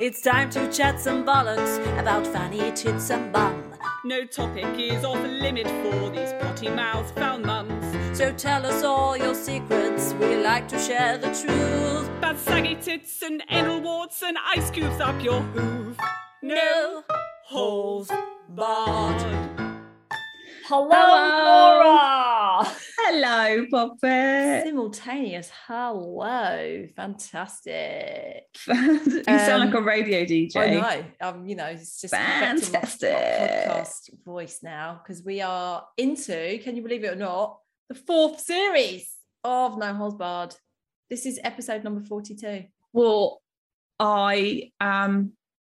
It's time to chat some bollocks about fanny tits and bum. No topic is off limit for these potty mouths, foul mums. So tell us all your secrets. We like to share the truth. Bad saggy tits and anal warts and ice cubes up your hoof. No holes barred. Hello, Hello. Laura. Hello, Poppet. Simultaneous. Hello. Fantastic. you sound Um, like a radio DJ. I know. Um, you know, it's just effective Fantastic. podcast voice now because we are into, can you believe it or not, the fourth series of No Holds Barred. This is episode number 42. Well, I am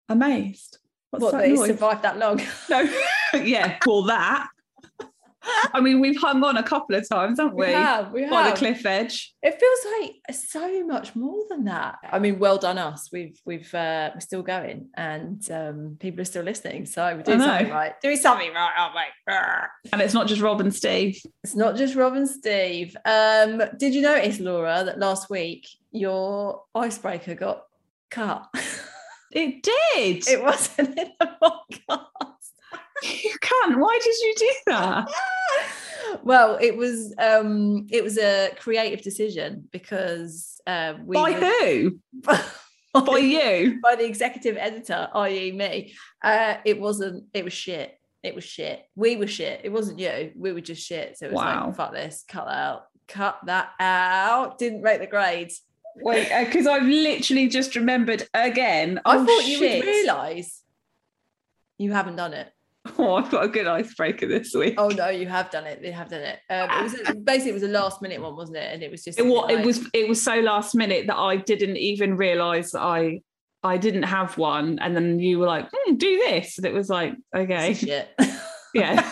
amazed. What's what, that that you noise? survived that long? no, yeah, for that. I mean, we've hung on a couple of times, haven't we? have. We By the have. cliff edge. It feels like so much more than that. I mean, well done us. We've we've uh, we're still going, and um, people are still listening. So we're doing I know. something right. Doing something right, aren't we? Arr. And it's not just Rob and Steve. It's not just Rob and Steve. Um, did you notice, Laura, that last week your icebreaker got cut? It did. it wasn't in the podcast. you can't. Why did you do that? well, it was um, it was a creative decision because uh, we By were- who? By you. by the executive editor, i.e., me. Uh, it wasn't. It was shit. It was shit. We were shit. It wasn't you. We were just shit. So it was Wow. like, fuck this. Cut that out. Cut that out. Didn't make the grades. Wait, because I've literally just remembered again. I Oh, thought you shit. would realise you haven't done it. Oh, I've got a good icebreaker this week. Oh no, you have done it. You have done it. Um, it was a- basically it was a last minute one, wasn't it? And it was just it was, like- it was it was so last minute that I didn't even realize that I I didn't have one, and then you were like, "Hmm, "Do this," and it was like, "Okay, it's shit. yeah."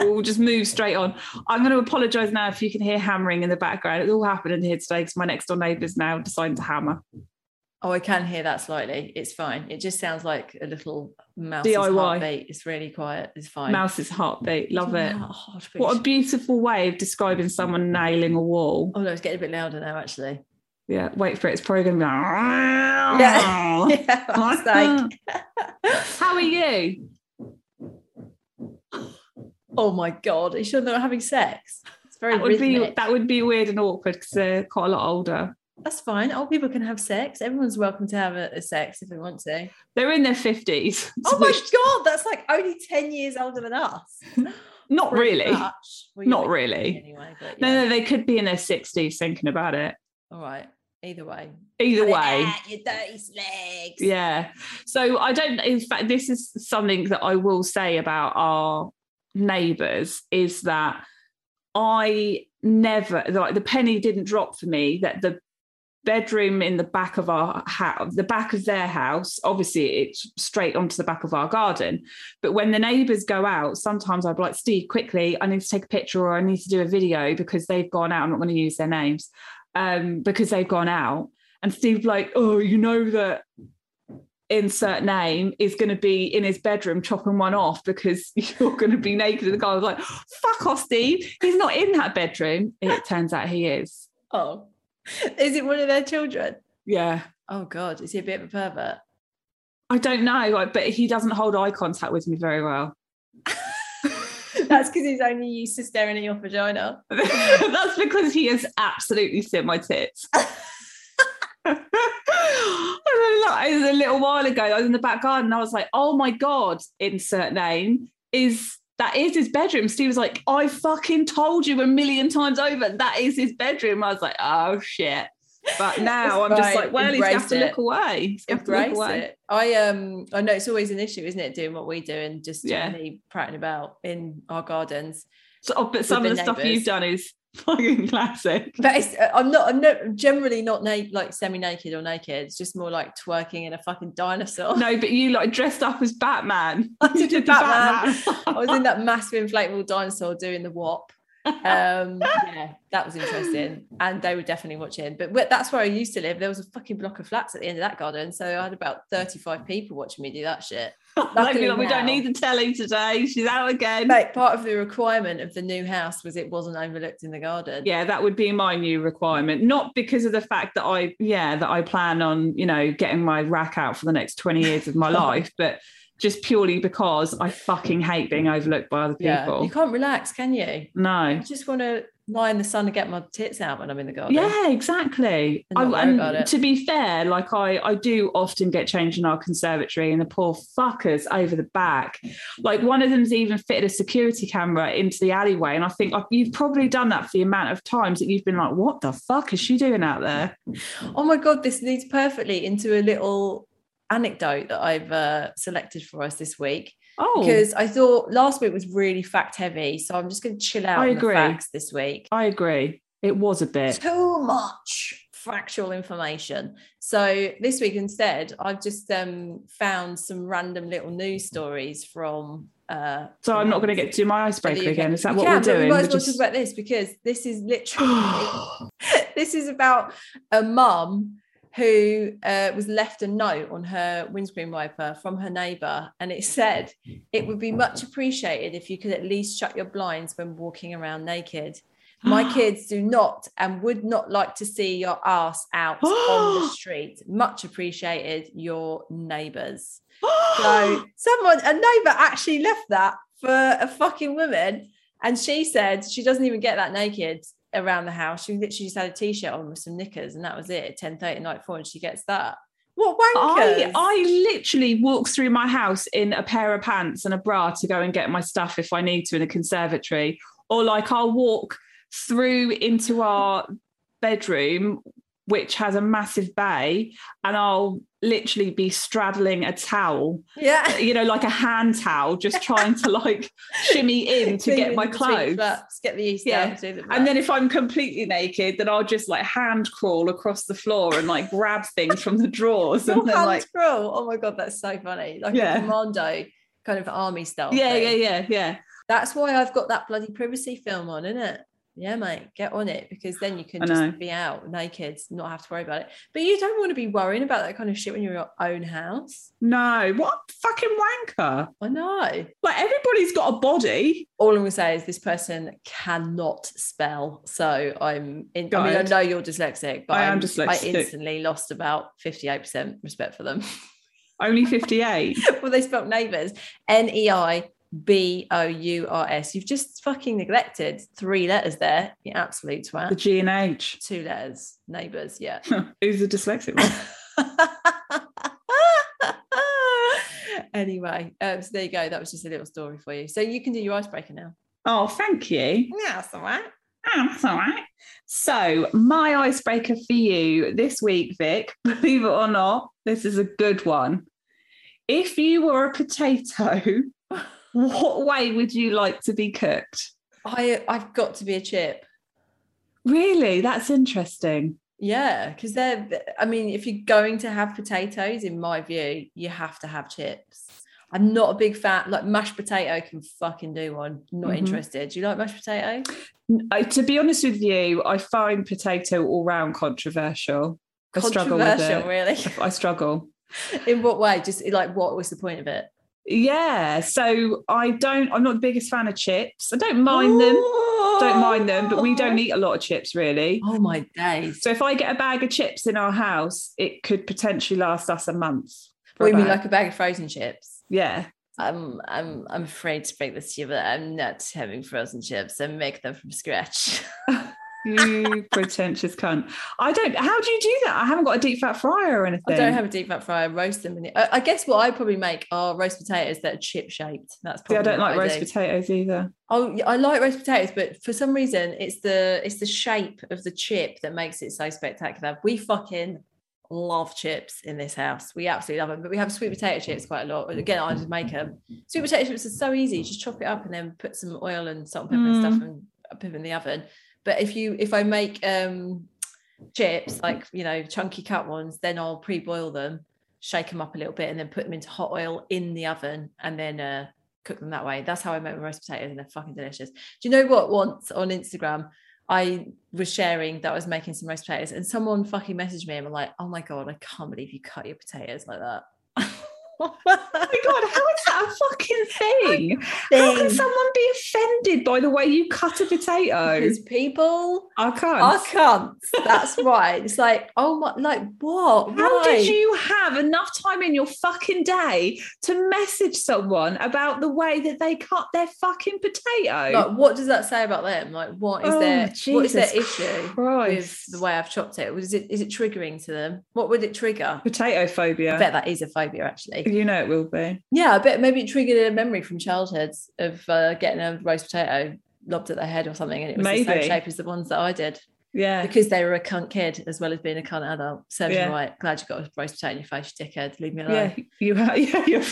we'll just move straight on. I'm going to apologise now if you can hear hammering in the background. It all happened in here today because my next door neighbour's now decided to hammer oh, I can hear that slightly. It's fine. It just sounds like a little mouse DIY. heartbeat. It's really quiet. It's fine. mouse's heartbeat. Love Isn't it. that hard, but What a it's- beautiful way of describing someone nailing a wall. oh no, it's getting a bit louder now, actually. Yeah, wait for it. It's probably going to be like, Yeah. yeah, that's like, How are you? oh my god, are you sure they're not having sex? It's very That would be rhythmic. that would be weird and awkward because they're quite a lot older. That's fine. Old people can have sex. Everyone's welcome to have a, a sex if they want to. They're in their fifties. Oh my god, that's like only ten years older than us. Not Pretty really. much. Well, you Not would be really. Anyway, but No, yeah. no, they could be in their sixties thinking about it. All right. Either way. Either Cut it way. out, you dirty slags. Yeah. So I don't in fact this is something that I will say about our neighbours is that I never like the penny didn't drop for me that the bedroom in the back of our house the back of their house obviously it's straight onto the back of our garden but when the neighbors go out sometimes i'd be like steve quickly i need to take a picture or i need to do a video because they've gone out i'm not going to use their names um because they've gone out and steve like oh you know that insert name is going to be in his bedroom chopping one off because you're going to be naked and the guy was like fuck off steve he's not in that bedroom it turns out he is Oh. Is it one of their children? yeah Oh god, is he a bit of a pervert? I don't know, like, but he doesn't hold eye contact with me very well. That's because he's only used to staring at your vagina. That's because he has absolutely seen my tits. I don't know, it was a little while ago, I was in the back garden. I was like, oh my God, insert name is that is his bedroom. Steve was like, I fucking told you a million times over that is his bedroom. I was like, oh shit. But now That's I'm just right, like, well, he's gonna have embrace to it. look away. He's gonna have to look Embrace away. it. I um I know it's always an issue, isn't it? Doing what we do and just Yeah. generally prattling about in our gardens. So, oh, but some of the the stuff neighbours. you've done is fucking classic. But it's, uh, I'm not. I'm not generally not na- like semi-naked or naked. It's just more like twerking in a fucking dinosaur. No, but you like dressed up as Batman. Oh. I did You the Batman. Batman. I was in that massive inflatable dinosaur doing the wop. um yeah that was interesting and they were definitely watching but wh- that's where i used to live there was a fucking block of flats at the end of that garden so i had about 35 people watching me do that shit They'd be Luckily like, we now- don't need the telly today. She's out again. Mate, part of the requirement of the new house was it wasn't overlooked in the garden yeah, that would be my new requirement. Not because of the fact that I, yeah, that I plan on, you know, getting my rack out for the next 20 years of my life, but just purely because I fucking hate being overlooked by other yeah people. you can't relax can you no. i just want to lie in the sun and get my tits out when i'm in the garden Yeah, exactly. And I, not worry and about it. to be fair, like I, I do often get changed in our conservatory, and the poor fuckers over the back. Like one of them's even fitted a security camera into the alleyway, and I think like, you've probably done that for the amount of times that you've been like, "What the fuck is she doing out there?" oh my god this leads perfectly into a little anecdote that i've uh, selected for us this week Oh, because I thought last week was really fact heavy, so I'm just going to chill out I on agree. the facts this week. I agree. It was a bit. Too much factual information. So this week instead, I've just um, found some random little news stories from. Uh, So I'm not going to get to do my icebreaker the UK. again. Is that You what can, we're but doing? We might We're as well just- talk about this because this is literally this is about a mum who uh, was left a note on her windscreen wiper from her neighbour, and it said, "It would be much appreciated if you could at least shut your blinds when walking around naked. My kids do not and would not like to see your ass out on the street. Much appreciated, your neighbours." So someone, a neighbour, actually left that for a fucking woman, and she said she doesn't even get that naked around the house. She literally just had a t-shirt on with some knickers, and that was it. At ten thirty night four, and she gets that. What wankers? I, I literally walk through my house in a pair of pants and a bra to go and get my stuff if I need to in a conservatory. Or like I'll walk through into our bedroom, which has a massive bay, and I'll literally be straddling a towel, yeah. you know, like a hand towel, just trying to like shimmy in to get my Between the clothes. flaps, get the yeast Yeah. out. do the And then if I'm completely naked, then I'll just like hand crawl across the floor and like grab things from the drawers Your and then hand like scroll. Oh my god, that's so funny. Like Yeah. a commando kind of army style. yeah, thing. yeah, yeah, yeah. That's why I've got that bloody privacy film on, isn't it? Yeah, mate, get on it because then you can I know. just be out naked, not have to worry about it. But you don't want to be worrying about that kind of shit when you're in your own house. No, what a fucking wanker! I know. Like everybody's got a body. All I'm gonna say is this person cannot spell. So I'm in, I mean, I Good. know you're dyslexic, but I am I'm- dyslexic. I instantly lost about 58% respect for them. Only fifty-eight. well, they spelt neighbours, N-E-I. B O U R S. You've just fucking neglected three letters there. You absolute twat. the G and H. two letters neighbors yeah Who's the dyslexic one? anyway um, so there you go that was just a little story for you so you can do your icebreaker now Oh, thank you. yeah that's all right Oh, that's all right. So, my icebreaker for you this week, Vic. Believe it or not, this is a good one. If you were a potato, what way would you like to be cooked? i i've got to be a chip Really, that's interesting. yeah because they're i mean if you're going to have potatoes in my view you have to have chips i'm not a big fan like mashed potato can fucking do one not Mhm. interested do you like mashed potato I, to be honest with you, I find potato all round controversial. I struggle with controversial it. really I struggle. in what way just like what was the point of it Yeah, so I don't. I'm not the biggest fan of chips. I don't mind them. Don't mind them, but we don't eat a lot of chips really. Oh my days. So if I get a bag of chips in our house, it could potentially last us a month. for What a do you mean, bag. like a bag of frozen chips? yeah, I'm I'm I'm afraid to break this to you, but I'm not having frozen chips. I make them from scratch. you pretentious cunt. I don't. How do you do that? I haven't got a deep fat fryer or anything. I don't have a deep fat fryer. I roast them. In the, I, I guess what I probably make are roast potatoes that are chip shaped. That's See, probably. I don't what like roast do. potatoes either. Oh, yeah, I like roast potatoes, but for some reason, it's the it's the shape of the chip that makes it so spectacular. We fucking love chips in this house. We absolutely love them, but we have sweet potato chips quite a lot. And Again, I just make them. Sweet potato chips are so easy. You Just chop it up and then put some oil and salt and pepper and stuff and put them in the oven. But if you if I make um chips like you know chunky cut ones, then I'll pre boil them, shake them up a little bit, and then put them into hot oil in the oven, and then uh cook them that way. That's how I make my roast potatoes, and they're fucking delicious. Do you know what? Once on Instagram, I was sharing that I was making some roast potatoes, and someone fucking messaged me and were like, "Oh my god, I can't believe you cut your potatoes like that." oh my god, how is that a fucking thing? How can someone be offended by the way you cut a potato? Because people I can't. are cunts. That's right. It's like, oh my, like what? How Why? did you have enough time in your fucking day to message someone about the way that they cut their fucking potato? Like, what does that say about them? Like, what is Oh, their what is their Jesus issue with Christ. the way I've chopped it? Was it is it triggering to them? What would it trigger? potato I phobia. bet that is a phobia, actually. You know it will be. Yeah, I bet maybe it triggered a memory from childhood of uh, getting a roast potato lobbed at their head or something, and it was the same Maybe. shape as the ones that I did Yeah. because they were a cunt kid as well as being a cunt adult. Serves you Yeah. right. Glad you got a roast potato in your face, you dickhead. Leave me alone. Yeah. You ha- yeah, you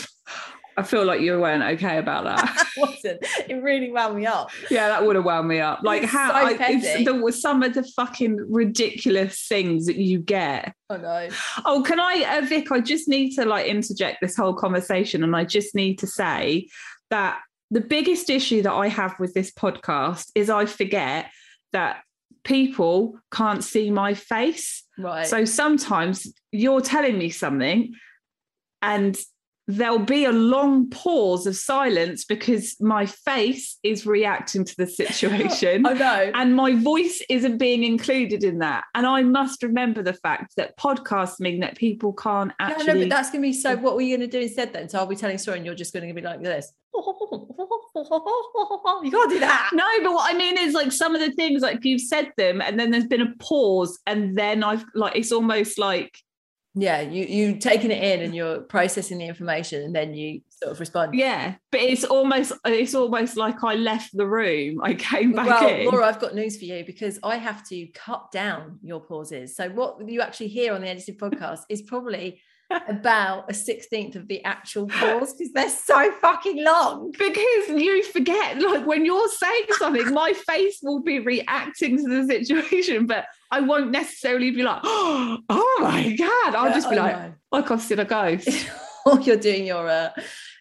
I feel like you weren't okay about that. wasn't. It really wound me up. yeah, that would have wound me up. Like It's how so I, petty. it's, there was some of the fucking ridiculous things that you get. Oh no. Oh, can I, uh, Vic? I just need to like interject this whole conversation, and I just need to say that the biggest issue that I have with this podcast is I forget that people can't see my face. Right. So sometimes you're telling me something and there'll be a long pause of silence because my face is reacting to the situation oh no. and my voice isn't being included in that. And I must remember the fact that podcasts mean that people can't No, actually. Oh. no, but that's gonna be so. What were you gonna do instead then? So I'll be telling a story, and you're just gonna be like this. You can't do that. No, but what I mean is like some of the things like you've said them, and then there's been a pause, and then I've like it's almost like Yeah, you you taking it in and you're processing the information, and then you sort of respond. yeah, but it's almost it's almost like I left the room, I came back Well, in. Laura, I've got news for you because I have to cut down your pauses. So what you actually hear on the edited podcast is probably about a sixteenth of the actual pause because they're so fucking long. Because you forget, like when you're saying something, my face will be reacting to the situation, but I won't necessarily be like, oh, my God. I'll just be Oh, like, no. like I've seen a ghost. or you're doing your uh,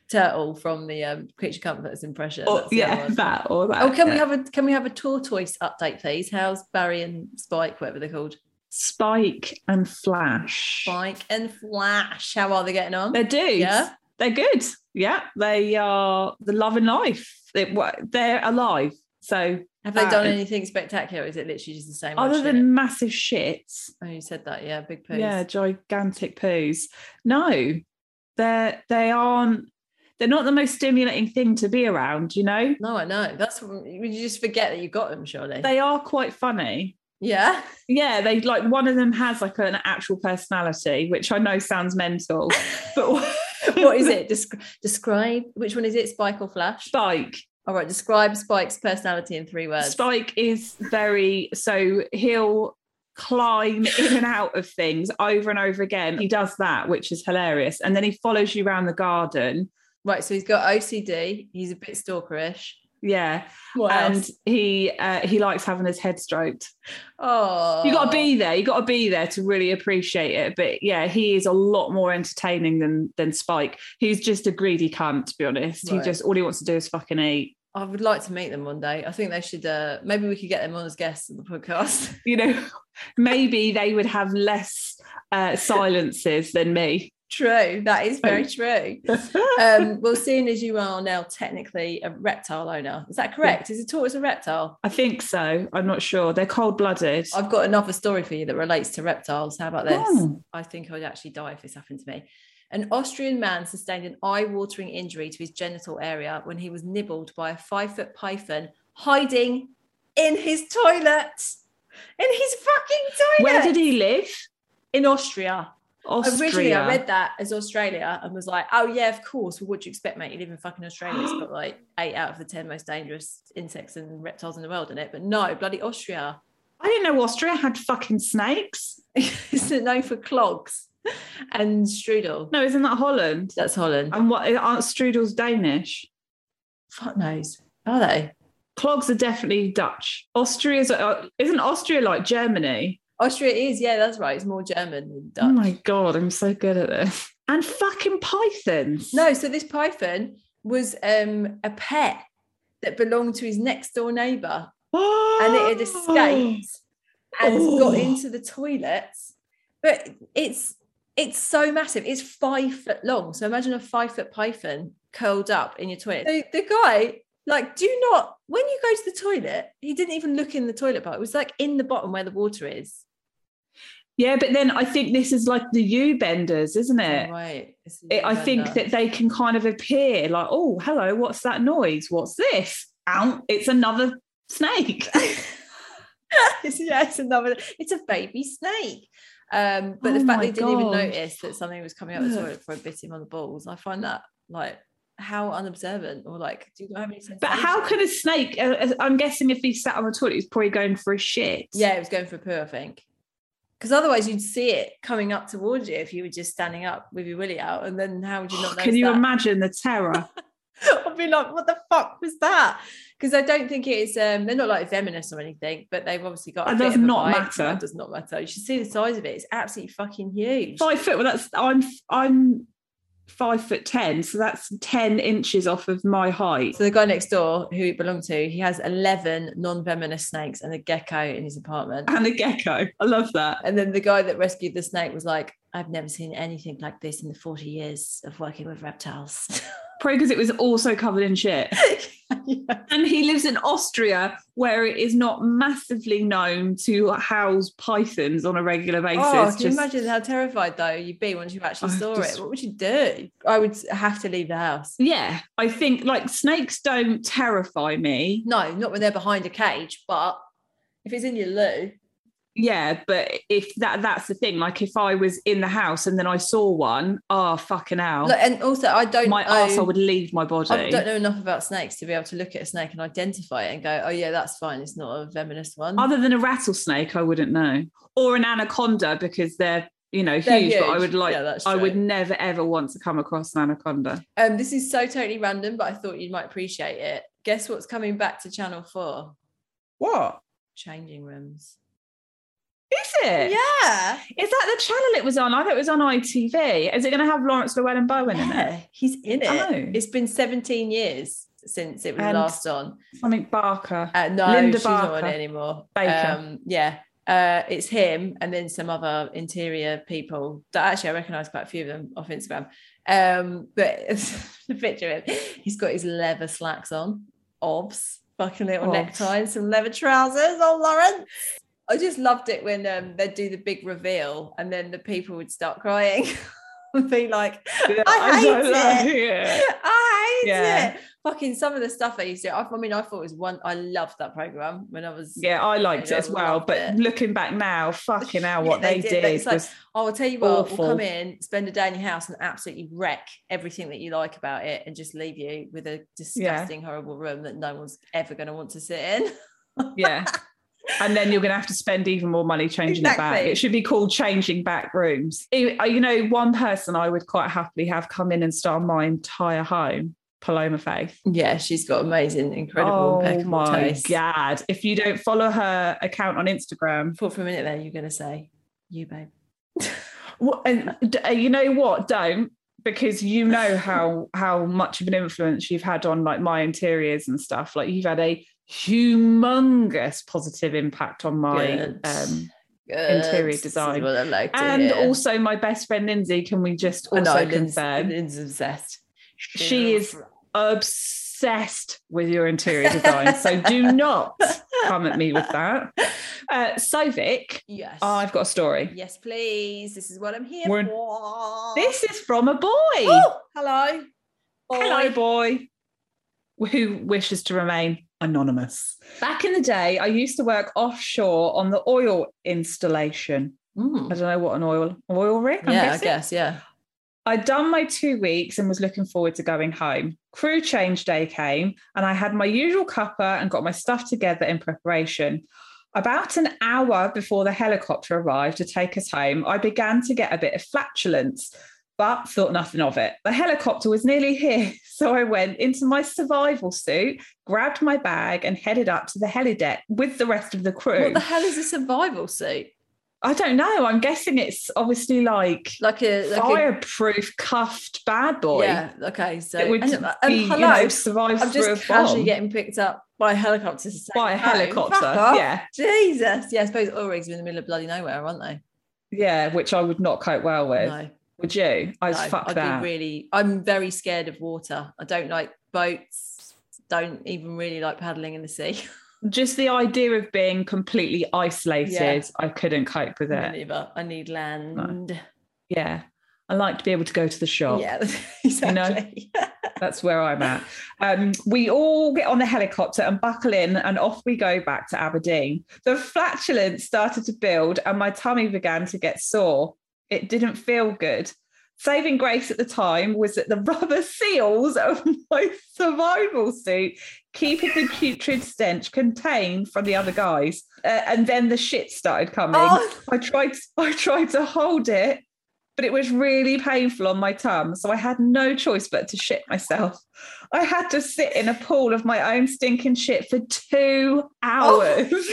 turtle from the um, creature comforts impression. Or, That's the other Oh, yeah, one. that or that. Oh, can we yeah. have a can we have a tortoise update, please? How's Barry and Spike, whatever they're called, Spike and Flash? Spike and Flash? How are they getting on? They're dudes. Yeah. They're good. Yeah. They are the love and life. They, wa- they're alive. So, Have they done Uh, anything spectacular? Is it literally just the same? old other shit? than massive shits, oh, you said that, yeah, big poos. Yeah, gigantic poos. No, they're they aren't. They're not the most stimulating thing to be around. You know, No, I know. That's you just forget that you got them, surely. they are quite funny. yeah. Yeah, they like one of them has like an actual personality, which I know sounds mental, but what is it? Descri- describe which one is it? Spike or Flash? Spike. All right, describe Spike's personality in three words. Spike is very so he'll climb in and out of things over and over again. He does that, which is hilarious, and then he follows you around the garden. Right, so he's got OCD. He's a bit stalkerish. Yeah, What and he uh, he likes having his head stroked. Oh, You got to be there. You got to be there to really appreciate it. But yeah, he is a lot more entertaining than than Spike. He's just a greedy cunt, to be honest. Right. He just all he wants to do is fucking eat. I would like to meet them one day. I think they should. Uh, maybe we could get them on as guests on the podcast. You know, maybe they would have less uh, silences than me. true, that is very true. Um, well, seeing as you are now technically a reptile owner, is that correct? Is a tortoise a reptile? I think so. I'm not sure. They're cold blooded. I've got another story for you that relates to reptiles. How about this? Oh. I think I'd actually die if this happened to me. An Austrian man sustained an eye watering injury to his genital area when he was nibbled by a five foot python hiding in his toilet. In his fucking toilet. Where did he live? In Austria. Austria. Originally, I read that as Australia and was like, oh, yeah, of course. Well, what do you expect, mate? You live in fucking Australia. It's got like eight out of the 10 most dangerous insects and reptiles in the world in it. But no, bloody Austria. I didn't know Austria had fucking snakes. it's known for clogs and strudel. No, isn't that Holland? That's Holland. And what aren't strudels Danish? Fuck knows. Are they? Clogs are definitely Dutch. Austria's uh, isn't Austria like Germany? Austria is, yeah, that's right. It's more German than Dutch. Oh my god, I'm so good at this. And fucking pythons. no, so this python was um, a pet that belonged to his next door neighbour and it Oh. had escaped and got into the toilets. But it's it's so massive. It's five foot long. So imagine a five foot python curled up in your toilet. So the guy, like, do not when you go to the toilet, he didn't even look in the toilet bowl. It was like in the bottom where the water is. Yeah, but then I think this is like the U benders, isn't it? Right. It's a it I think lavender. that they can kind of appear like, oh, hello, what's that noise? What's this? Ow, it's another snake. it's, yeah, it's another. It's a baby snake. Um, but Oh the fact my they didn't even God. notice that something was coming out of the Look. toilet before it bit him on the balls, I find that like how unobservant or like do you not have any? but how sensation? can a snake? Uh, I'm guessing if he sat on the toilet, he's probably going for a shit. Yeah, it was going for a poo, I think. Because otherwise, you'd see it coming up towards you if you were just standing up with your willy out, and then how would you not? Can you notice that? imagine the terror? I'd be like, what the fuck was that? Because I don't think it's um they're not like feminists or anything, but they've obviously got a It bit does of a not bite. matter. It does not matter. You should see the size of it. It's absolutely fucking huge. five foot. Well, that's I'm I'm five foot ten, so that's ten inches off of my height. So the guy next door who it belonged to, he has 11 non-venomous snakes and a gecko in his apartment. And a gecko. I love that. And then the guy that rescued the snake was like, I've never seen anything like this in the 40 years of working with reptiles. Probably because it was also covered in shit. Yeah. And he lives in Austria, where it is not massively known to house pythons on a regular basis. Oh, can you Just- imagine how terrified though you'd be once you actually I saw just- it? What would you do? I would have to leave the house. Yeah, I think like snakes don't terrify me. No, not when they're behind a cage, but if it's in your loo, Yeah, but if that that's the thing, like if I was in the house and then I saw one, oh fucking hell. Look, and also I don't my know, arsehole would leave my I body. don't know enough about snakes to be able to look at a snake and identify it and go, oh yeah, that's fine. It's not a venomous one. Other than a rattlesnake, I wouldn't know. Or an anaconda because they're, you know, They're huge, but I would like Yeah, that's I true. would never ever want to come across an anaconda. Um, this is so totally random, but I thought you might appreciate it. Guess what's coming back to Channel Four? What? Changing rooms. Is it? Yeah, Is that the channel it was on? I thought it was on ITV. Is it going to have Lawrence Llewellyn Bowen in it? yeah. He's in it. Oh. It's been 17 years since it was And- last on. Something Barker. Uh, no, Linda she's not on Barker. it anymore. Baker. Um, yeah. Uh, it's him and then some other interior people that actually I recognise quite a few of them off Instagram. Um, but the picture of him, he's got his leather slacks on, obs, fucking little Obs. necktie and some leather trousers. Oh, Lauren. I just loved it when um, they'd do the big reveal and then the people would start crying and be like, I hate don't know. Yeah. I hate Yeah. it. Fucking some of the stuff I used to. I, I mean, I thought it was one. I loved that program when I was. Yeah, I liked it as I well. loved But it. looking back now, fucking hell, Yeah, what they they, did, did, but it's like- was Oh, I'll tell you what. Awful. We'll come in, spend a day in your house, and absolutely wreck everything that you like about it, and just leave you with a disgusting, horrible room that no one's ever going to want to sit in. yeah. And then you're going to have to spend even more money changing it back. Exactly. It should be called changing back rooms. It- you know, one person I would quite happily have come in and start my entire home, Paloma Faith. Yeah, she's got amazing, incredible, oh impeccable my taste. god! If you don't follow her account on Instagram, Thought for a minute there, you're going to say, "You, babe." wh- and d- uh, you know what? Don't because you know how how much of an influence you've had on like my interiors and stuff. Like you've had a humongous positive impact on my Good. um, Good. Interior This is design. what I like to and hear. also my best friend Lindsay. Can we just I know, also Lynn's- confirm Lynn's obsessed. she is obsessed with your interior design? so do not come at me with that. Uh, Sovic, Yes. I've got a story. Yes, please. This is what I'm here We're- for. This is from a boy. Oh, hello. Hello, boy. Who wishes to remain anonymous. Back in the day, I used to work offshore on the oil installation. I don't know what an oil oil rig. I'm Hmm. Yeah, I guessing. guess. Yeah. I'd done my two weeks and was looking forward to going home. Crew change day came, and I had my usual cuppa and got my stuff together in preparation. About an hour before the helicopter arrived to take us home, I began to get a bit of flatulence, but thought nothing of it. The helicopter was nearly here, so I went into my survival suit, grabbed my bag, and headed up to the heli deck with the rest of the crew. What the hell is a survival suit? I don't know. I'm guessing it's obviously like, Like a like a, fireproof, cuffed bad boy. yeah. Okay, so That would and, uh, and be, hello, you know, survive I'm through just a bomb casually getting picked up by a helicopter. to by a take me home. helicopter. Fuck off. Yeah, Jesus. Yeah, I suppose oil rigs are in the middle of bloody nowhere, aren't they? yeah, which I would not cope well with. No. Would you? I was no, fuck I'd that. be really. I'm very scared of water. I don't like boats. Don't even really like paddling in the sea. just the idea of being completely isolated, Yeah. I couldn't cope with Me it. Neither. I need land. Yeah. I like to be able to go to the shop. Yeah, exactly. That's where I'm at. Um, we all get on the helicopter and buckle in, and off we go back to Aberdeen. The flatulence started to build, and my tummy began to get sore. It didn't feel good. Saving grace at the time was that the rubber seals of my survival suit keeping the putrid stench contained from the other guys. Uh, and then the shit started coming. Oh, I tried I tried to hold it, but it was really painful on my tongue, so I had no choice but to shit myself. I had to sit in a pool of my own stinking shit for 2 hours.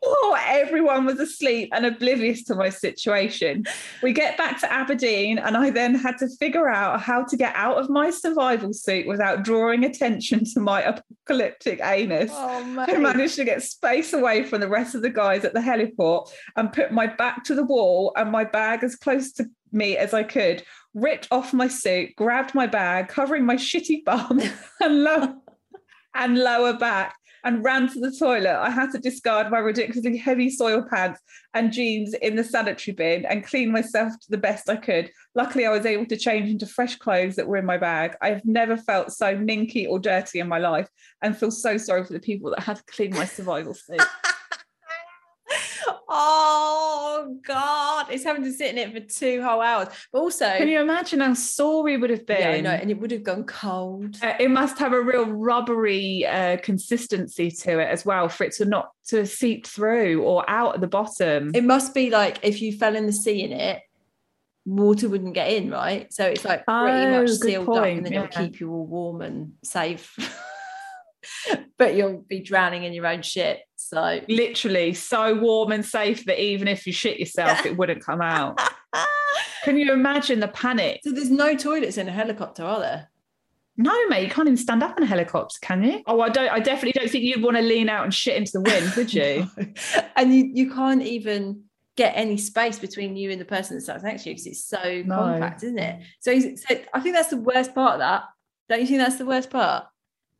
While everyone was asleep and oblivious to my situation. We get back to Aberdeen, and I then had to figure out how to get out of my survival suit without drawing attention to my apocalyptic anus. oh I man. managed to get space away from the rest of the guys at the heliport and put my back to the wall and my bag as close to me as I could, ripped off my suit, grabbed my bag, covering my shitty bum and lower and lower back. And ran to the toilet. I had to discard my ridiculously heavy soil pants and jeans in the sanitary bin and clean myself to the best I could. Luckily, I was able to change into fresh clothes that were in my bag. I have never felt so ninky or dirty in my life and feel so sorry for the people that had to clean my survival suit. Oh god, it's having to sit in it for two whole hours. But also, Can you imagine how sore we would have been? yeah, I know, and it would have gone cold. Uh, it must have a real rubbery uh, consistency to it as well for it to not to seep through or out at the bottom. It must be like if you fell in the sea in it, water wouldn't get in, right? So it's like pretty Oh, much good sealed up, point, and then it'll yeah. keep you all warm and safe. but you'll be drowning in your own shit. So Literally so warm and safe that even if you shit yourself, it wouldn't come out. Can you imagine the panic? so there's no toilets in a helicopter, are there? No, mate, you can't even stand up in a helicopter, can you? Oh, I don't. I definitely don't think you'd want to lean out and shit into the wind, would you? and you you can't even get any space between you and the person that sat next to you because it's so No. compact, isn't it? So, he's- so I think that's the worst part of that. Don't you think that's the worst part?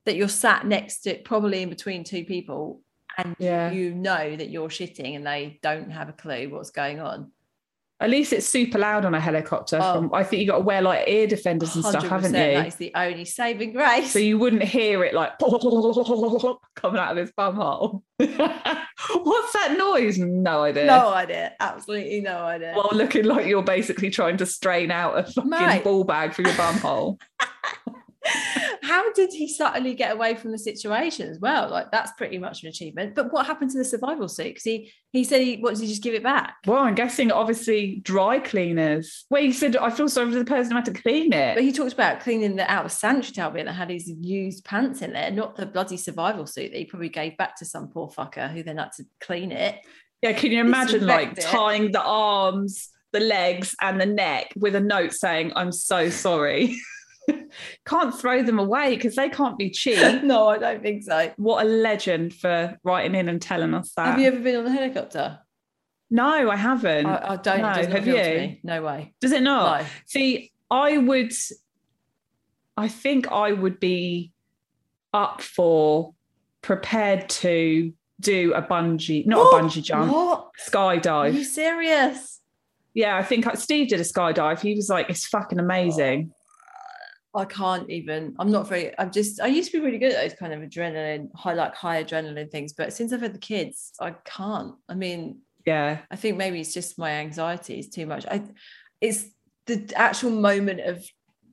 That you're sat next to probably in between two people and Yeah. you know that you're shitting and they don't have a clue what's going on. At least it's super loud on a helicopter. Oh. From, I think you got to wear like ear defenders and stuff, haven't 100%, you? That is the only saving grace. so you wouldn't hear it like coming out of his bum hole. What's that noise? No idea. no idea. Absolutely no idea. While looking like you're basically trying to strain out a fucking Mate. ball bag from your bum hole. How did he subtly get away from the situation as well? Like that's pretty much an achievement. But what happened to the survival suit? Because he he said he what did he just give it back? Well, I'm guessing obviously dry cleaners. Well, you said I feel sorry for the person who had to clean But it. he talked about cleaning the outer sanitary towel bin that had his used pants in there, not the bloody survival suit that he probably gave back to some poor fucker who then had to clean it. Yeah, can you imagine like disinfect it. tying the arms, the legs, and the neck with a note saying, I'm so sorry. can't throw them away because they can't be cheap. no, I don't think so. What a legend for writing in and telling us that. Have you Uh, ever been on a helicopter? no, I haven't. I, I don't. No, it does not have appeal to you? Oh, me. No way. Does it not? No. See, I would, I think I would be up for prepared to do a bungee, not a What? bungee jump, What? Are skydive. you serious? Yeah, I think uh, Steve did a skydive. He was like, it's fucking amazing. I can't even. I'm not very. I'm just. I used to be really good at those kind of adrenaline, high like high adrenaline things. But since I've had the kids, I can't. I mean, Yeah. I think maybe it's just my anxiety is too much. I, it's the actual moment of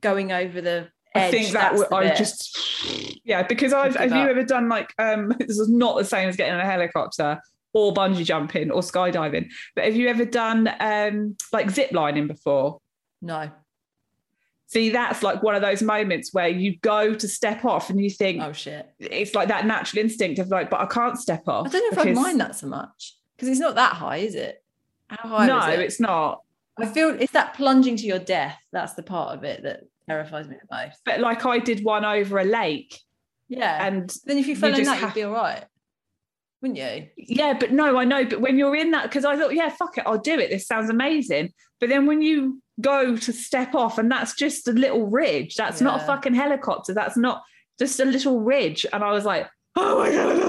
going over the edge. I think that that's would, the I bit. just, yeah, because I've, give have you up. ever done like, um, this is not the same as getting in a helicopter or bungee jumping or skydiving, but have you ever done um, like zip lining before? no. See, that's like one of those moments where you go to step off and you think Oh shit! it's like that natural instinct of like, but I can't step off. I don't know if I'd mind that so much because it's not that high, is it? How high no, is it? it's not. I feel it's that plunging to your death. That's the part of it that terrifies me the most. But like I did one over a lake, Yeah. and then if you you fell in just that, you'd have- be all right, wouldn't you? yeah, but no, I know. But when you're in that, because I thought, yeah, fuck it, I'll do it. This sounds amazing. But then when you go to step off, and that's just a little ridge. That's not Yeah. a fucking helicopter. That's not just a little ridge. And I was like, oh my god.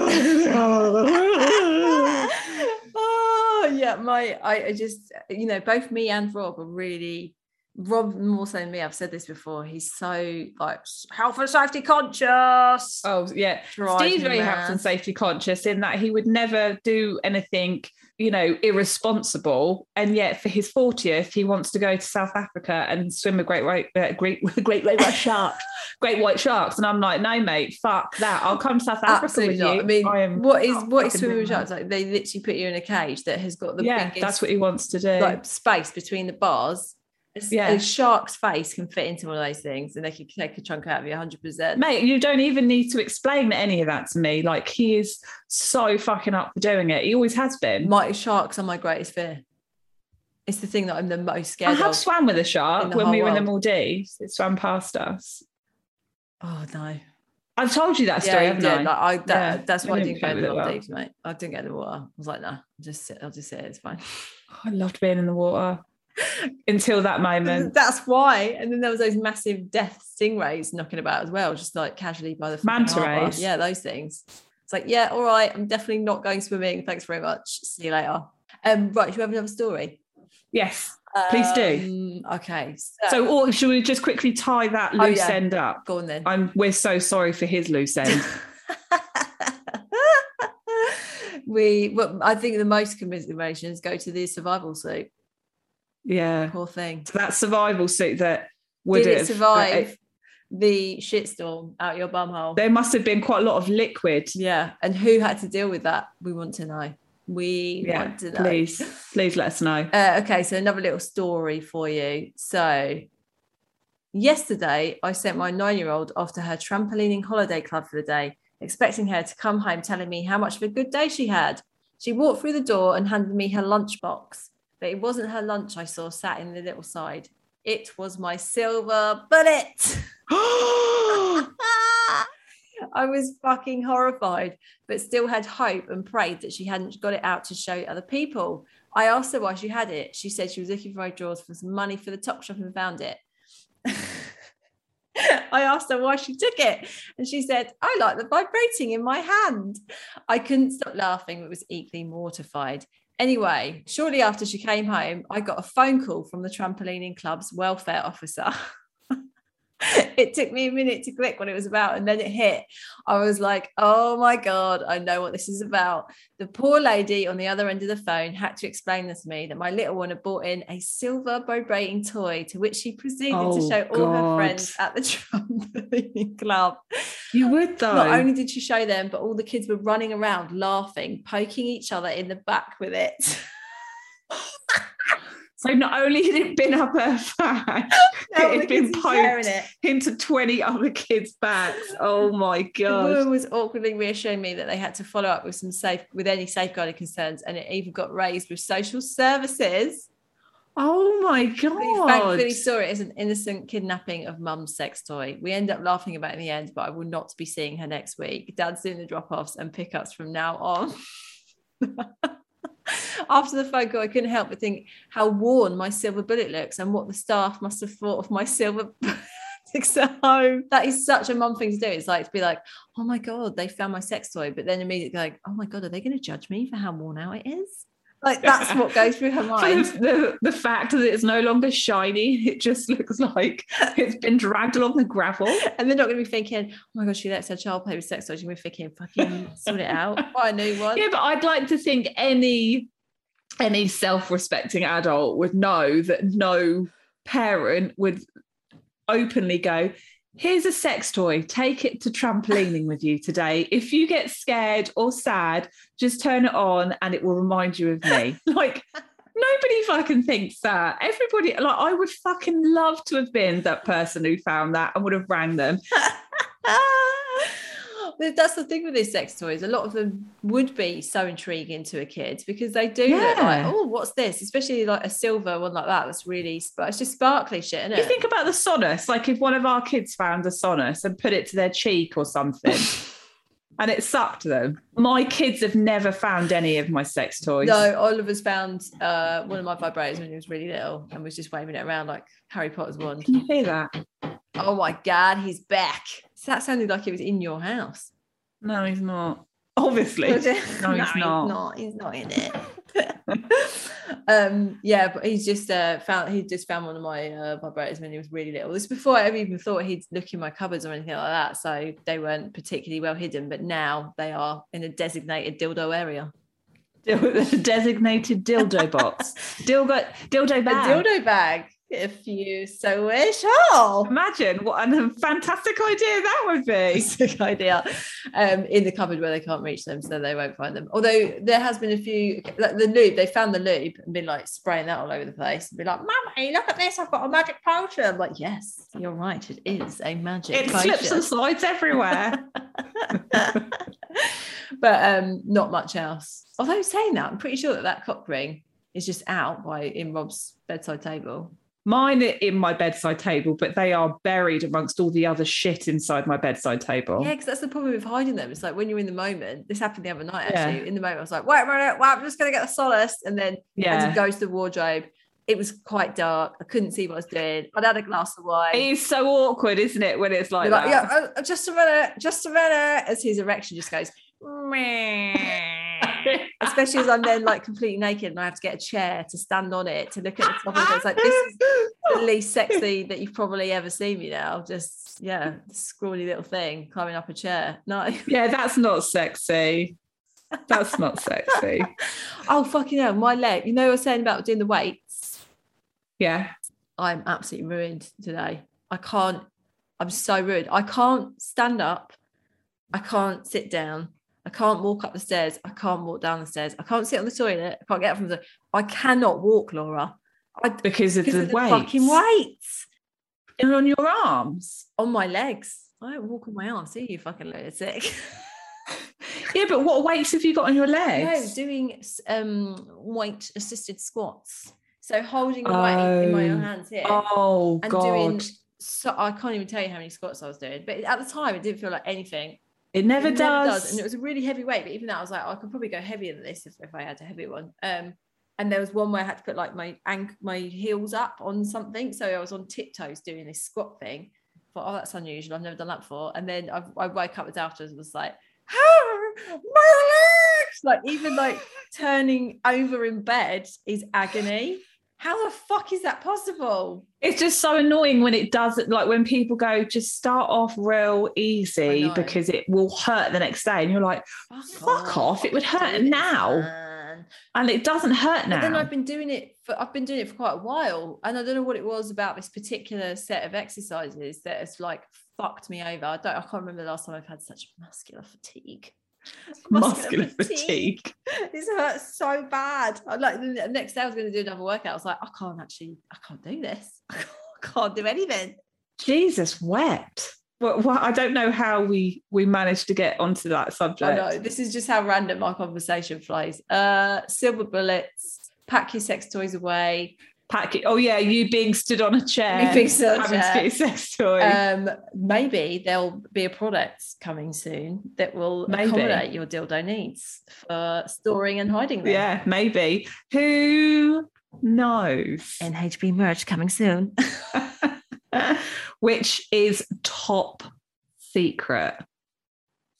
oh yeah, my I, I just you know both me and Rob are really Rob more so than me. I've said this before. He's so like s- health and safety conscious. oh yeah. Drives Steve's me very health and mad. safety conscious in that he would never do anything, you know, irresponsible. And yet, for his fortieth, he wants to go to South Africa and swim a great white, uh, great, great white white shark, great white sharks. And I'm like, no, mate, fuck that. I'll come to South Africa Absolutely with not. you. I mean, am what is not what is fucking swimming with doing sharks like? They literally put you in a cage that has got the that. Yeah, biggest that's what he wants to do. like space between the bars. A s- Yeah. A shark's face can fit into one of those things, and they could take a chunk out of you 100. percent Mate, you don't even need to explain any of that to me. Like he is so fucking up for doing it. He always has been. My sharks are my greatest fear. It's the thing that I'm the most I scared have of. swam with a in shark the when we whole were in the Maldives. It swam past us. oh no. I've told you that story, yeah, you haven't did. I? Like, I that, Yeah, that's I why I didn't didn't go to cope with the it well. Maldives, mate. I didn't go to the water. I was like, no, I'll just sit, I'll just sit, it's fine. Oh, I loved being in the water until that moment. that's why. And then there was those massive death stingrays knocking about as well, just like casually by the fucking Manta harbour. rays. Yeah, those things. It's like, yeah, all right, I'm definitely not going swimming. Thanks very much. See you later. Um, right, do you have another story? Yes. Please do. Um, Okay. So, So, or should we just quickly tie that Oh, loose yeah. end up? go on then. I'm. We're so sorry for his loose end. we well, I think the most commiserations go to the survival suit. yeah. Poor thing. So that survival suit that would Did it have- survive the shitstorm out your bumhole? there must have been quite a lot of liquid. yeah. And who had to deal with that? We want to know. We Yeah. want to know. Please, please let us know. Uh, okay, so another little story for you. So, yesterday I sent my nine year old off to her trampolining holiday club for the day, expecting her to come home telling me how much of a good day she had. She walked through the door and handed me her lunchbox, but it wasn't her lunch I saw sat in the little side. It was my silver bullet. I was fucking horrified, but still had hope and prayed that she hadn't got it out to show other people. I asked her why she had it. She said she was looking for my drawers for some money for the top shop and found it. I asked her why she took it, and she said, I like the vibrating in my hand. I couldn't stop laughing, but was equally mortified. Anyway, shortly after she came home, I got a phone call from the trampolining club's welfare officer. it took me a minute to click what it was about, and then it hit. I was like, oh my God, I know what this is about. The poor lady on the other end of the phone had to explain this to me that my little one had bought in a silver vibrating toy to which she proceeded to Oh, show all her God. friends at the trampoline club. You would though. Not only did she show them, but all the kids were running around laughing, poking each other in the back with it. so not only had it been up her back, Now it the had been kids were sharing poked it. into twenty other kids' backs. Oh my The god. woman was awkwardly reassuring me that they had to follow up with some safe with any safeguarding concerns, and it even got raised with social services. Oh my We god! thankfully saw it as an innocent kidnapping of mum's sex toy. We end up laughing about it in the end, but I will not be seeing her next week. Dad's doing the drop-offs and pickups from now on. After the phone call, I couldn't help but think how worn my silver bullet looks and what the staff must have thought of my silver bullets at home. That is such a mum thing to do. It's like to be like, oh my God, they found my sex toy. But then immediately like, oh my God, are they going to judge me for how worn out it is? Like that's what goes through her For mind. the, the, the fact that it's no longer shiny, it just looks like it's been dragged along the gravel. And they're not going to be thinking, oh my God, she lets her child play with sex toys. You're going to be thinking, fucking sort it out, buy a new one. Yeah, but I'd like to think any any self-respecting adult would know that no parent would openly go, "Here's a sex toy. Take it to trampolining with you today. If you get scared or sad, just turn it on and it will remind you of me." like Nobody fucking thinks that. Everybody, like, I would fucking love to have been that person who found that and would have rang them. Ah. that's the thing with these sex toys. A lot of them would be so intriguing to a kid because they do look like, Yeah. oh, what's this? Especially like a silver one like that. That's really sp- it's just sparkly shit, isn't it? You think about the sonus, like if one of our kids found a sonus and put it to their cheek or something and it sucked them. My kids have never found any of my sex toys. no, Oliver's found uh, one of my vibrators when he was really little and was just waving it around like Harry Potter's wand. Can you hear that? Oh my god, he's back! So that sounded like it was in your house. No, he's not. Obviously. Was it? No, he's not. He's not in it. um, yeah, but he's just uh, found he just found one of my uh, vibrators when he was really little. This is before I ever even thought he'd look in my cupboards or anything like that. So they weren't particularly well hidden, but now they are in a designated dildo area. Designated dildo box. Dildo dildo A bag. dildo bag, if you so wish. Oh. Imagine what a fantastic idea that would be. Basic idea um, in the cupboard where they can't reach them, so they won't find them. Although there has been a few, like the lube, they found the lube and been like spraying that all over the place and be like, Mummy, look at this, I've got a magic potion. I'm like, yes, you're right, it is a magic It potion. slips and slides everywhere. but um, not much else. Although saying that, I'm pretty sure that that cock ring is just out by in Rob's bedside table. Mine are in my bedside table, but they are buried amongst all the other shit inside my bedside table. Yeah, because that's the problem with hiding them. It's like when you're in the moment. This happened the other night. Yeah. Actually, in the moment, I was like, "Wait a minute, wow, I'm just gonna get the solace," and then I had Yeah. to go to the wardrobe. It was quite dark. I couldn't see what I was doing. I'd had a glass of wine. It is so awkward, isn't it, when it's like, You're like, that? yeah, oh, oh, just a minute, just a minute, as his erection just goes. "Meh." Especially as I'm then like completely naked and I have to get a chair to stand on it to look at the top of it. It's like this is the least sexy that you've probably ever seen me now. Just yeah, scrawny little thing climbing up a chair. No. yeah, that's not sexy. That's not sexy. Oh fucking hell, my leg. You know what I was saying about doing the weights? Yeah. I'm absolutely ruined today. I can't, I'm so ruined. I can't stand up. I can't sit down. I can't walk up the stairs. I can't walk down the stairs. I can't sit on the toilet. I can't get up from the I cannot walk, Laura. I Because of because the, of the weight. fucking weights And on your arms. on my legs. I don't walk on my arms, do you fucking lunatic? Yeah, but what weights have you got on your legs? No, doing um weight assisted squats. So holding the weight in my Oh. hands here. oh, and God. doing so I can't even tell you how many squats I was doing, but at the time it didn't feel like anything. it never It does. never and it was a really heavy weight. But even that, I was like, oh, I could probably go heavier than this if, if I had a heavy one. Um, and there was one where I had to put like my ank- my heels up on something, so I was on tiptoes doing this squat thing. Thought, oh, that's unusual. I've never done that before. And then I, I woke up afterwards and was like, "Ah, my legs! Like even like turning over in bed is agony. How the fuck is that possible? It's just so annoying when it does it, like when people go, just start off real easy know. because it will hurt the next day. And you're like, Fuck, Fuck off, it would hurt Do this, now. man. and it doesn't hurt But then now. I've been doing it for I've been doing it for quite a while, and I don't know what it was about this particular set of exercises that has like fucked me over. I don't I can't remember the last time I've had such muscular fatigue. Muscular fatigue. This hurts so bad. I like the next day I was going to do another workout. I was like, I can't actually, I can't do this. I can't do anything. Jesus wept. Well, well, I don't know how we we managed to get onto that I subject. know. This is just how random our conversation flies. Uh, silver bullets. Pack your sex toys away. Pack it. Oh yeah, you being stood on a chair, You think so, having Jack? to get your sex toy. um maybe there'll be a product coming soon that will Maybe. accommodate your dildo needs for storing and hiding them. yeah, maybe. Who knows? NHB merch coming soon. which is top secret.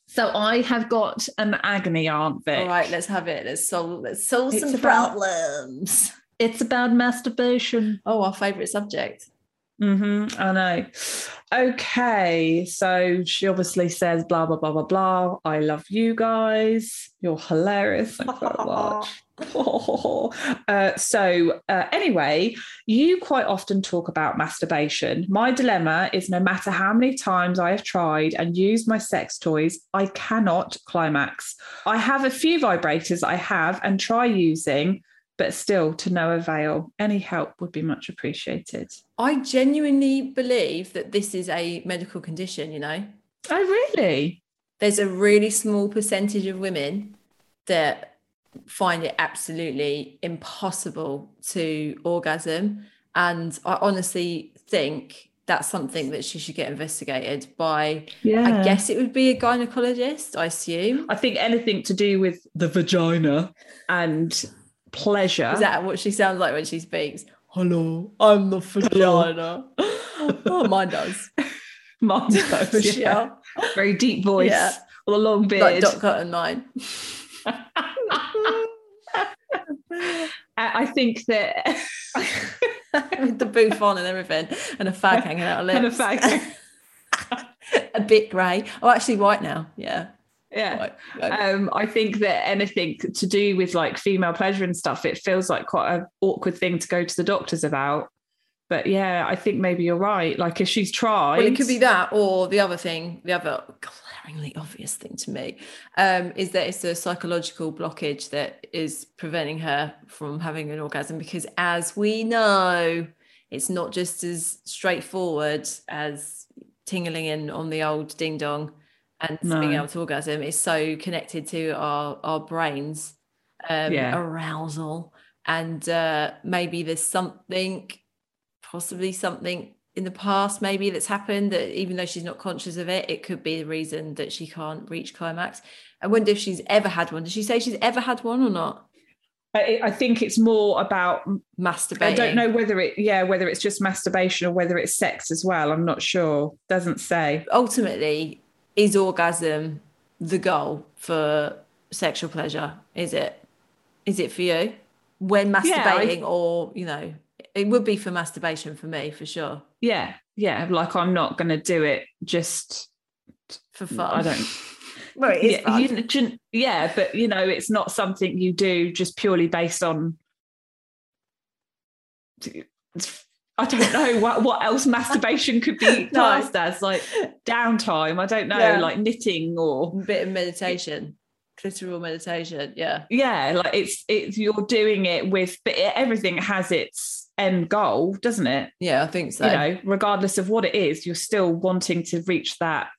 So I have got an agony aunt Vic. All right, let's have it. Let's solve let's solve It's some about- problems. It's about masturbation. Oh, our favorite subject. hmm I know. Okay, so she obviously says blah blah blah blah blah. I love you guys. You're hilarious. Thanks very much. Uh, so uh, anyway, you quite often talk about masturbation. My dilemma is no matter how many times I have tried and used my sex toys, I cannot climax. I have a few vibrators I have and try using, but still to no avail. Any help would be much appreciated. I genuinely believe that this is a medical condition, you know. Oh, really? there's a really small percentage of women that find it absolutely impossible to orgasm. And I honestly think that's something that she should get investigated by, Yeah. I guess it would be a gynecologist, I assume. I think anything to do with the vagina and pleasure. Is that what she sounds like when she speaks? Hello, I'm the vagina. oh, mine does. Mine For does, yeah. sure. Very deep voice Yeah. with a long Like beard. Dot Cotton mine. I I think that With the booth on and everything, and a fag hanging out of lips. and a fact, a bit grey. Oh, actually, white now. Yeah. yeah. White, white. um, I think that anything to do with like female pleasure and stuff, it feels like quite an awkward thing to go to the doctors about. But yeah, I think maybe you're right. Like if she's tried, well, it could be that, or the other thing, the other glaringly obvious thing to me, um, is that it's a psychological blockage that is preventing her from having an orgasm. Because as we know, it's not just as straightforward as tingling in on the old ding dong and being No. able to orgasm. It's so connected to our our brains, um, Yeah. arousal, and uh, maybe there's something possibly something in the past maybe that's happened that even though she's not conscious of it it could be the reason that she can't reach climax i wonder if she's ever had one did she say she's ever had one or not I, I think it's more about masturbating I don't know whether it yeah whether it's just masturbation or whether it's sex as well. I'm not sure. Doesn't say. ultimately is orgasm the goal for sexual pleasure is it is it for you when Yeah, I- masturbating or you know it would be for masturbation for me for sure Yeah, yeah. Like I'm not going to do it just for fun I don't well it is yeah, fun. you- gen- yeah, but you know, it's not something you do just purely based on. I don't know what, what else masturbation could be No. classed as, like downtime. I don't know, Yeah. like knitting or bit of meditation clitoral meditation yeah yeah, like it's it's you're doing it with, but it, everything has its end goal, doesn't it? Yeah, I think so. you know, regardless of what it is, you're still wanting to reach that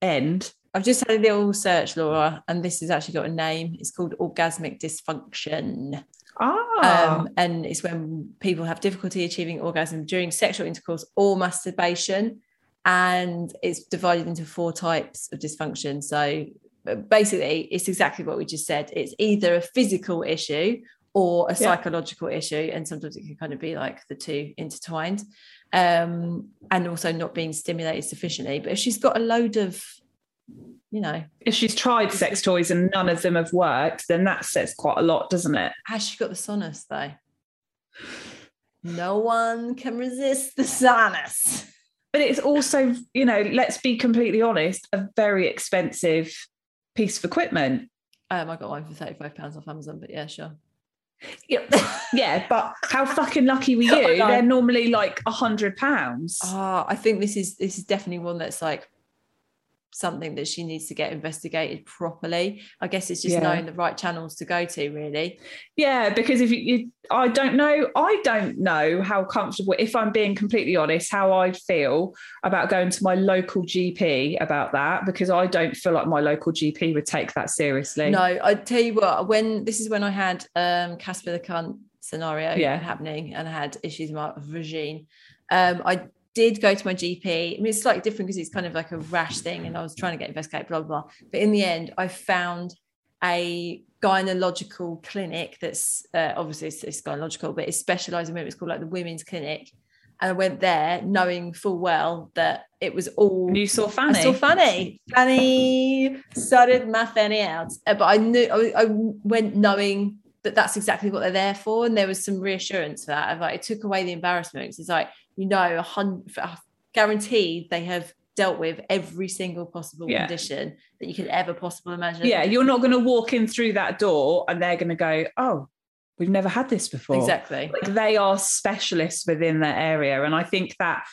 end. I've just had a little search, Laura, and this has actually got a name. It's called orgasmic dysfunction. Ah, Um, and it's when people have difficulty achieving orgasm during sexual intercourse or masturbation. And it's divided into four types of dysfunction. So uh, basically, it's exactly what we just said. It's either a physical issue or a psychological issue. And sometimes it can kind of be like the two intertwined. Um, and also not being stimulated sufficiently. But if she's got a load of, you know, if she's tried sex toys and none of them have worked, then that says quite a lot, doesn't it? Has she got the sonus though? No one can resist the sonus. But it's also, you know, let's be completely honest, a very expensive piece of equipment. Um, I got one for thirty-five pounds off Amazon, but yeah, sure. yeah, but how fucking lucky were I you? know. They're normally like a hundred pounds. Ah, I think this is this is definitely one that's like something that she needs to get investigated properly. I guess it's just Yeah. knowing the right channels to go to, really. Yeah, because if you, you, I don't know, I don't know how comfortable, if I'm being completely honest, how I feel about going to my local GP about that, because I don't feel like my local GP would take that seriously. No, I tell you what, when this is when I had um Casper the cunt scenario Yeah. happening and I had issues with my vagine. Um, I did go to my GP. I mean, it's slightly different because it's kind of like a rash thing, and I was trying to get investigated, blah, blah, blah. But in the end, I found a gynecological clinic that's uh, obviously it's, it's gynecological, but it's specialized in women. It's called like the women's clinic. And I went there knowing full well that it was all You saw I Fanny. saw Fanny. Fanny started my Fanny out, Uh, but I knew I, I went knowing that that's exactly what they're there for, and there was some reassurance for that. Of like, it took away the embarrassment. 'cause It's like you know, a hundred, guaranteed they have dealt with every single possible Yeah. condition that you could ever possibly imagine. yeah, you're not going to walk in through that door and they're going to go, oh, we've never had this before. exactly. Like they are specialists within their area. And I think that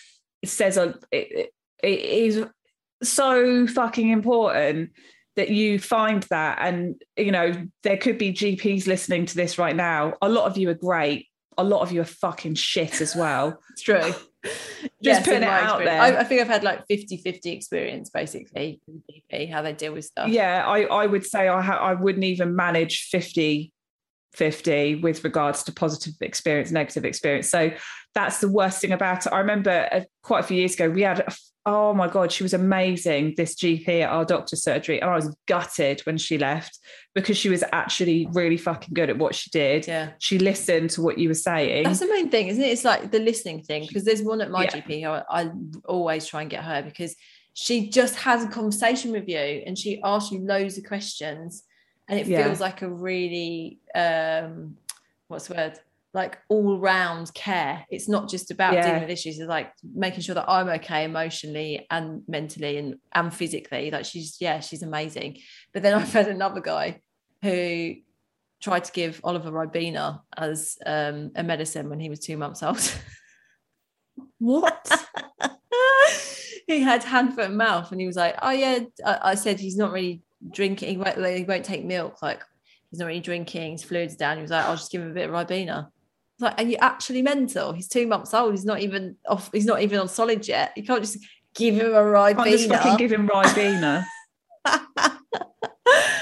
says a, it, it is so fucking important that you find that. And, you know, there could be GPs listening to this right now. A lot of you are great. a lot of you are fucking shit as well. It's true. Just putting it out there. I, I think I've had like 50 50 experience basically, with GP, how they deal with stuff. yeah, I, I would say I, ha- I wouldn't even manage 50 50 with regards to positive experience, negative experience. So that's the worst thing about it. I remember uh, quite a few years ago, we had, a f- oh my God, she was amazing, this GP at our doctor's surgery. And I was gutted when she left because she was actually really fucking good at what she did. Yeah. She listened to what you were saying. That's the main thing, isn't it? It's like the listening thing because there's one at my Yeah. GP who I, I always try and get her because she just has a conversation with you and she asks you loads of questions and it Yeah. feels like a really um what's the word like all round care. It's not just about Yeah. dealing with issues. It's like making sure that I'm okay emotionally and mentally and and physically. Like she's yeah, she's amazing. But then I've had another guy who tried to give Oliver Ribena as um, a medicine when he was two months old. what? he had hand, foot, and mouth, and he was like, "Oh yeah." I, I said he's not really drinking. He won't, like, he won't take milk. Like he's not really drinking. His fluids down. He was like, "I'll just give him a bit of Ribena." It's Like, are you actually mental? He's two months old. He's not even off. He's not even on solid yet. You can't just give him a I'm just fucking Ribena. giving Ribena.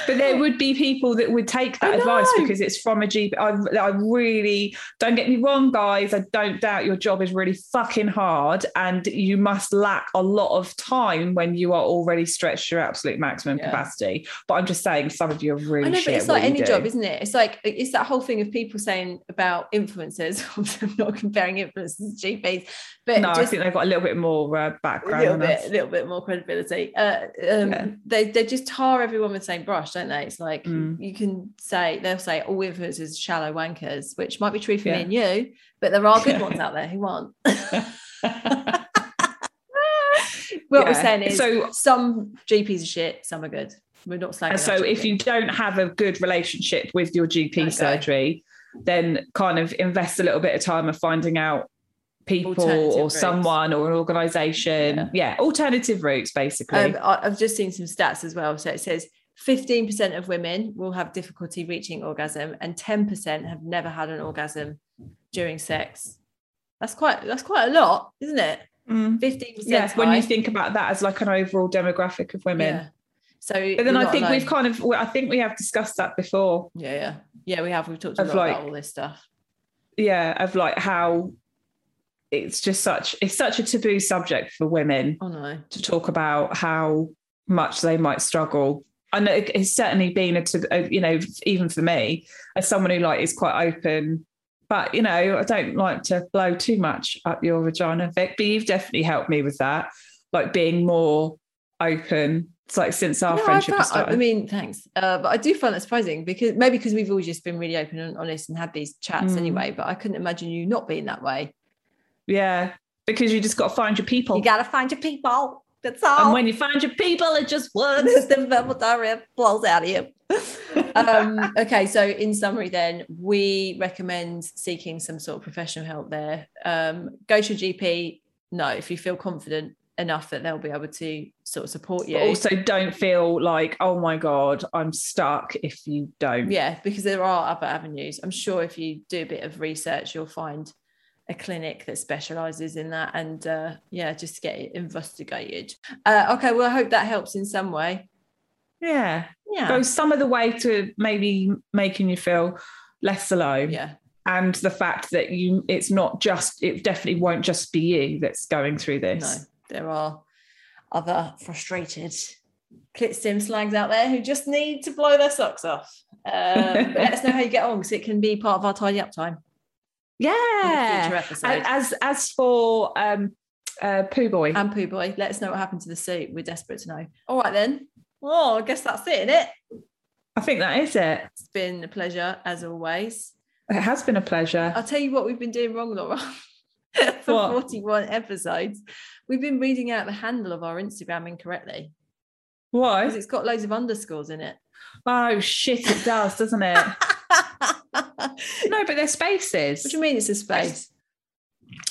But there would be people that would take that I advice know. because it's from a GP. I, I really don't get me wrong, guys. I don't doubt your job is really fucking hard, and you must lack a lot of time when you are already stretched to your absolute maximum Yeah. capacity. But I'm just saying, some of you are really I know, shit. but at it's what like you any do. job, isn't it? It's like it's that whole thing of people saying about influencers. Obviously, I'm not comparing influencers to GPs, but no, I just think they've got a little bit more uh, a background. little than us. bit, a little bit more credibility. Uh, um, Yeah. They they just tar everyone with the same brush, don't they? It's like Mm. you can say they'll say "Oh, all influencers are shallow wankers, which might be true for Yeah. me and you, but there are good ones out there who aren't. what we're Yeah. saying is So- some GPs are shit, some are good. We're not slagging. And off so if GPs. you don't have a good relationship with your GP Okay. surgery, then kind of invest a little bit of time of finding out people Alternative or routes. someone or an organization. Yeah. Yeah. alternative routes basically. Um, I- I've just seen some stats as well. So it says 15% of women will have difficulty reaching orgasm, and 10% have never had an orgasm during sex. That's quite that's quite a lot, isn't it? Mm. 15%. Yeah, when you high. think about that as like an overall demographic of women. Yeah. So But then you're I not think we've alone. kind of well, I think we have discussed that before. yeah, yeah, yeah. We have we've talked a Of lot like- about all this stuff. Yeah, of like how it's just such it's such a taboo subject for women. Oh no, to talk about how much they might struggle. And it- it's certainly been a, tab- a- you know, even for me, as someone who like is quite open, but you know, I don't like to blow too much up your vagina, Vic. But you've definitely helped me with that, like being more open. It's like since our No, I friendship has found- I, started. I mean, thanks. Uh, but I do find that surprising because maybe because we've always just been really open and honest and had these chats Mm. anyway. But I couldn't imagine you not being that way. yeah, because you just got to find your people, You oh. gotta find your people. That's all. and when you find your people, it just works. There's the verbal diarrhea blows out of you. um, okay, so in summary, then we recommend seeking some sort of professional help there. Um, go to a GP. No, if you feel confident enough that they'll be able to sort of support you. But also, don't feel like, oh my god, I'm stuck. If you don't, yeah, because there are other avenues. I'm sure if you do a bit of research, you'll find a clinic that specializes in that and uh, yeah, just get it investigated. Uh, okay, well, I hope that helps in some way. yeah. Yeah. goes some of the way to maybe making you feel less alone yeah. and the fact that you it's not just it definitely won't just be you that's going through No, this there are other frustrated clit stim slags out there who just need to blow their socks off. Um, but let us know how you get on because it can be part of our tidy up time in a yeah future episode. Um, And And, as as for um uh poo boy Poo Boy, let us know what happened to the suit. We're desperate to know. All right then. Oh, I guess that's it, innit? i think that is it It's been a pleasure as always. it has been a pleasure I'll tell you what we've been doing wrong, Laura. For What? 41 episodes, we've been reading out the handle of our Instagram incorrectly because why it's got loads of underscores in it. oh shit it does doesn't it no but they're What spaces do you mean it's a space?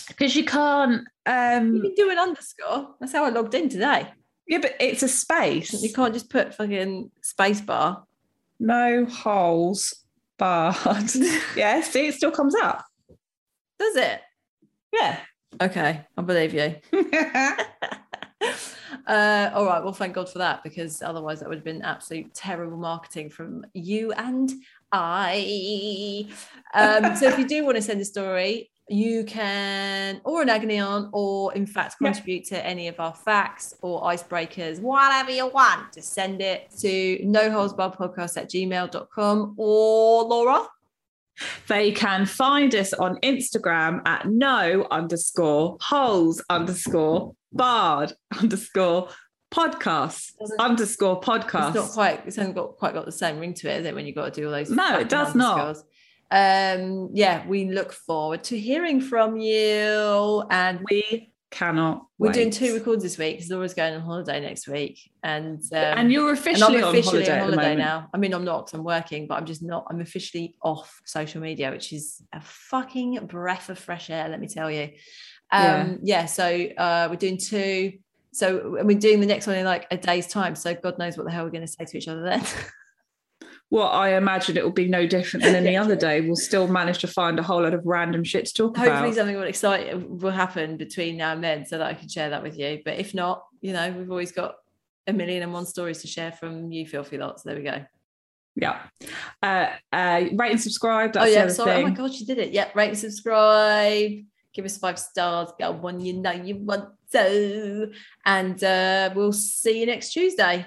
because you can't You um can do an underscore. That's how I logged in today. yeah but it's a space You can't just put fucking space bar. no holes barred yeah see it still comes up Does it? Yeah. Okay, I believe you. uh, all right. Well, thank God for that because otherwise that would have been absolute terrible marketing from you and I. Um, so if you do want to send a story, you can, or an agony on, or in fact contribute to any of our facts or icebreakers, whatever you want. Just send it to noholesbarpodcast at gmail.com or Laura. They can find us on Instagram at no underscore holes underscore barred underscore podcast Doesn't- underscore It's not podcast. quite. It hasn't got quite got the same ring to it, is it? When you got to do all those. No, it fucking does not. underscores. Um, yeah, we look forward to hearing from you, and We cannot. we're wait. doing two records this week because Laura's going on holiday next week, and um, and you're and I'm officially, officially on holiday, at the moment. now. I mean, I'm not. 'cause I'm working, but I'm just not. I'm officially off social media, which is a fucking breath of fresh air. Let me tell you. Um, yeah. So uh, we're doing two. So and we're doing the next one in like a day's time. So God knows what the hell we're going to say to each other then. Well, I imagine it will be no different than any other day. We'll still manage to find a whole lot of random shit to talk hopefully about. something will excite will happen between now and then so that I can share that with you. But if not, you know, we've always got a million and one stories to share from you filthy lots. There we go. Yeah. Uh, uh, rate and subscribe. That's oh the yeah, other sorry. thing. Oh my god, you did it. Yep, rate and subscribe. Give us five stars. Go one you know you want to. And uh, we'll see you next Tuesday.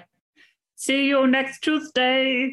See you next Tuesday.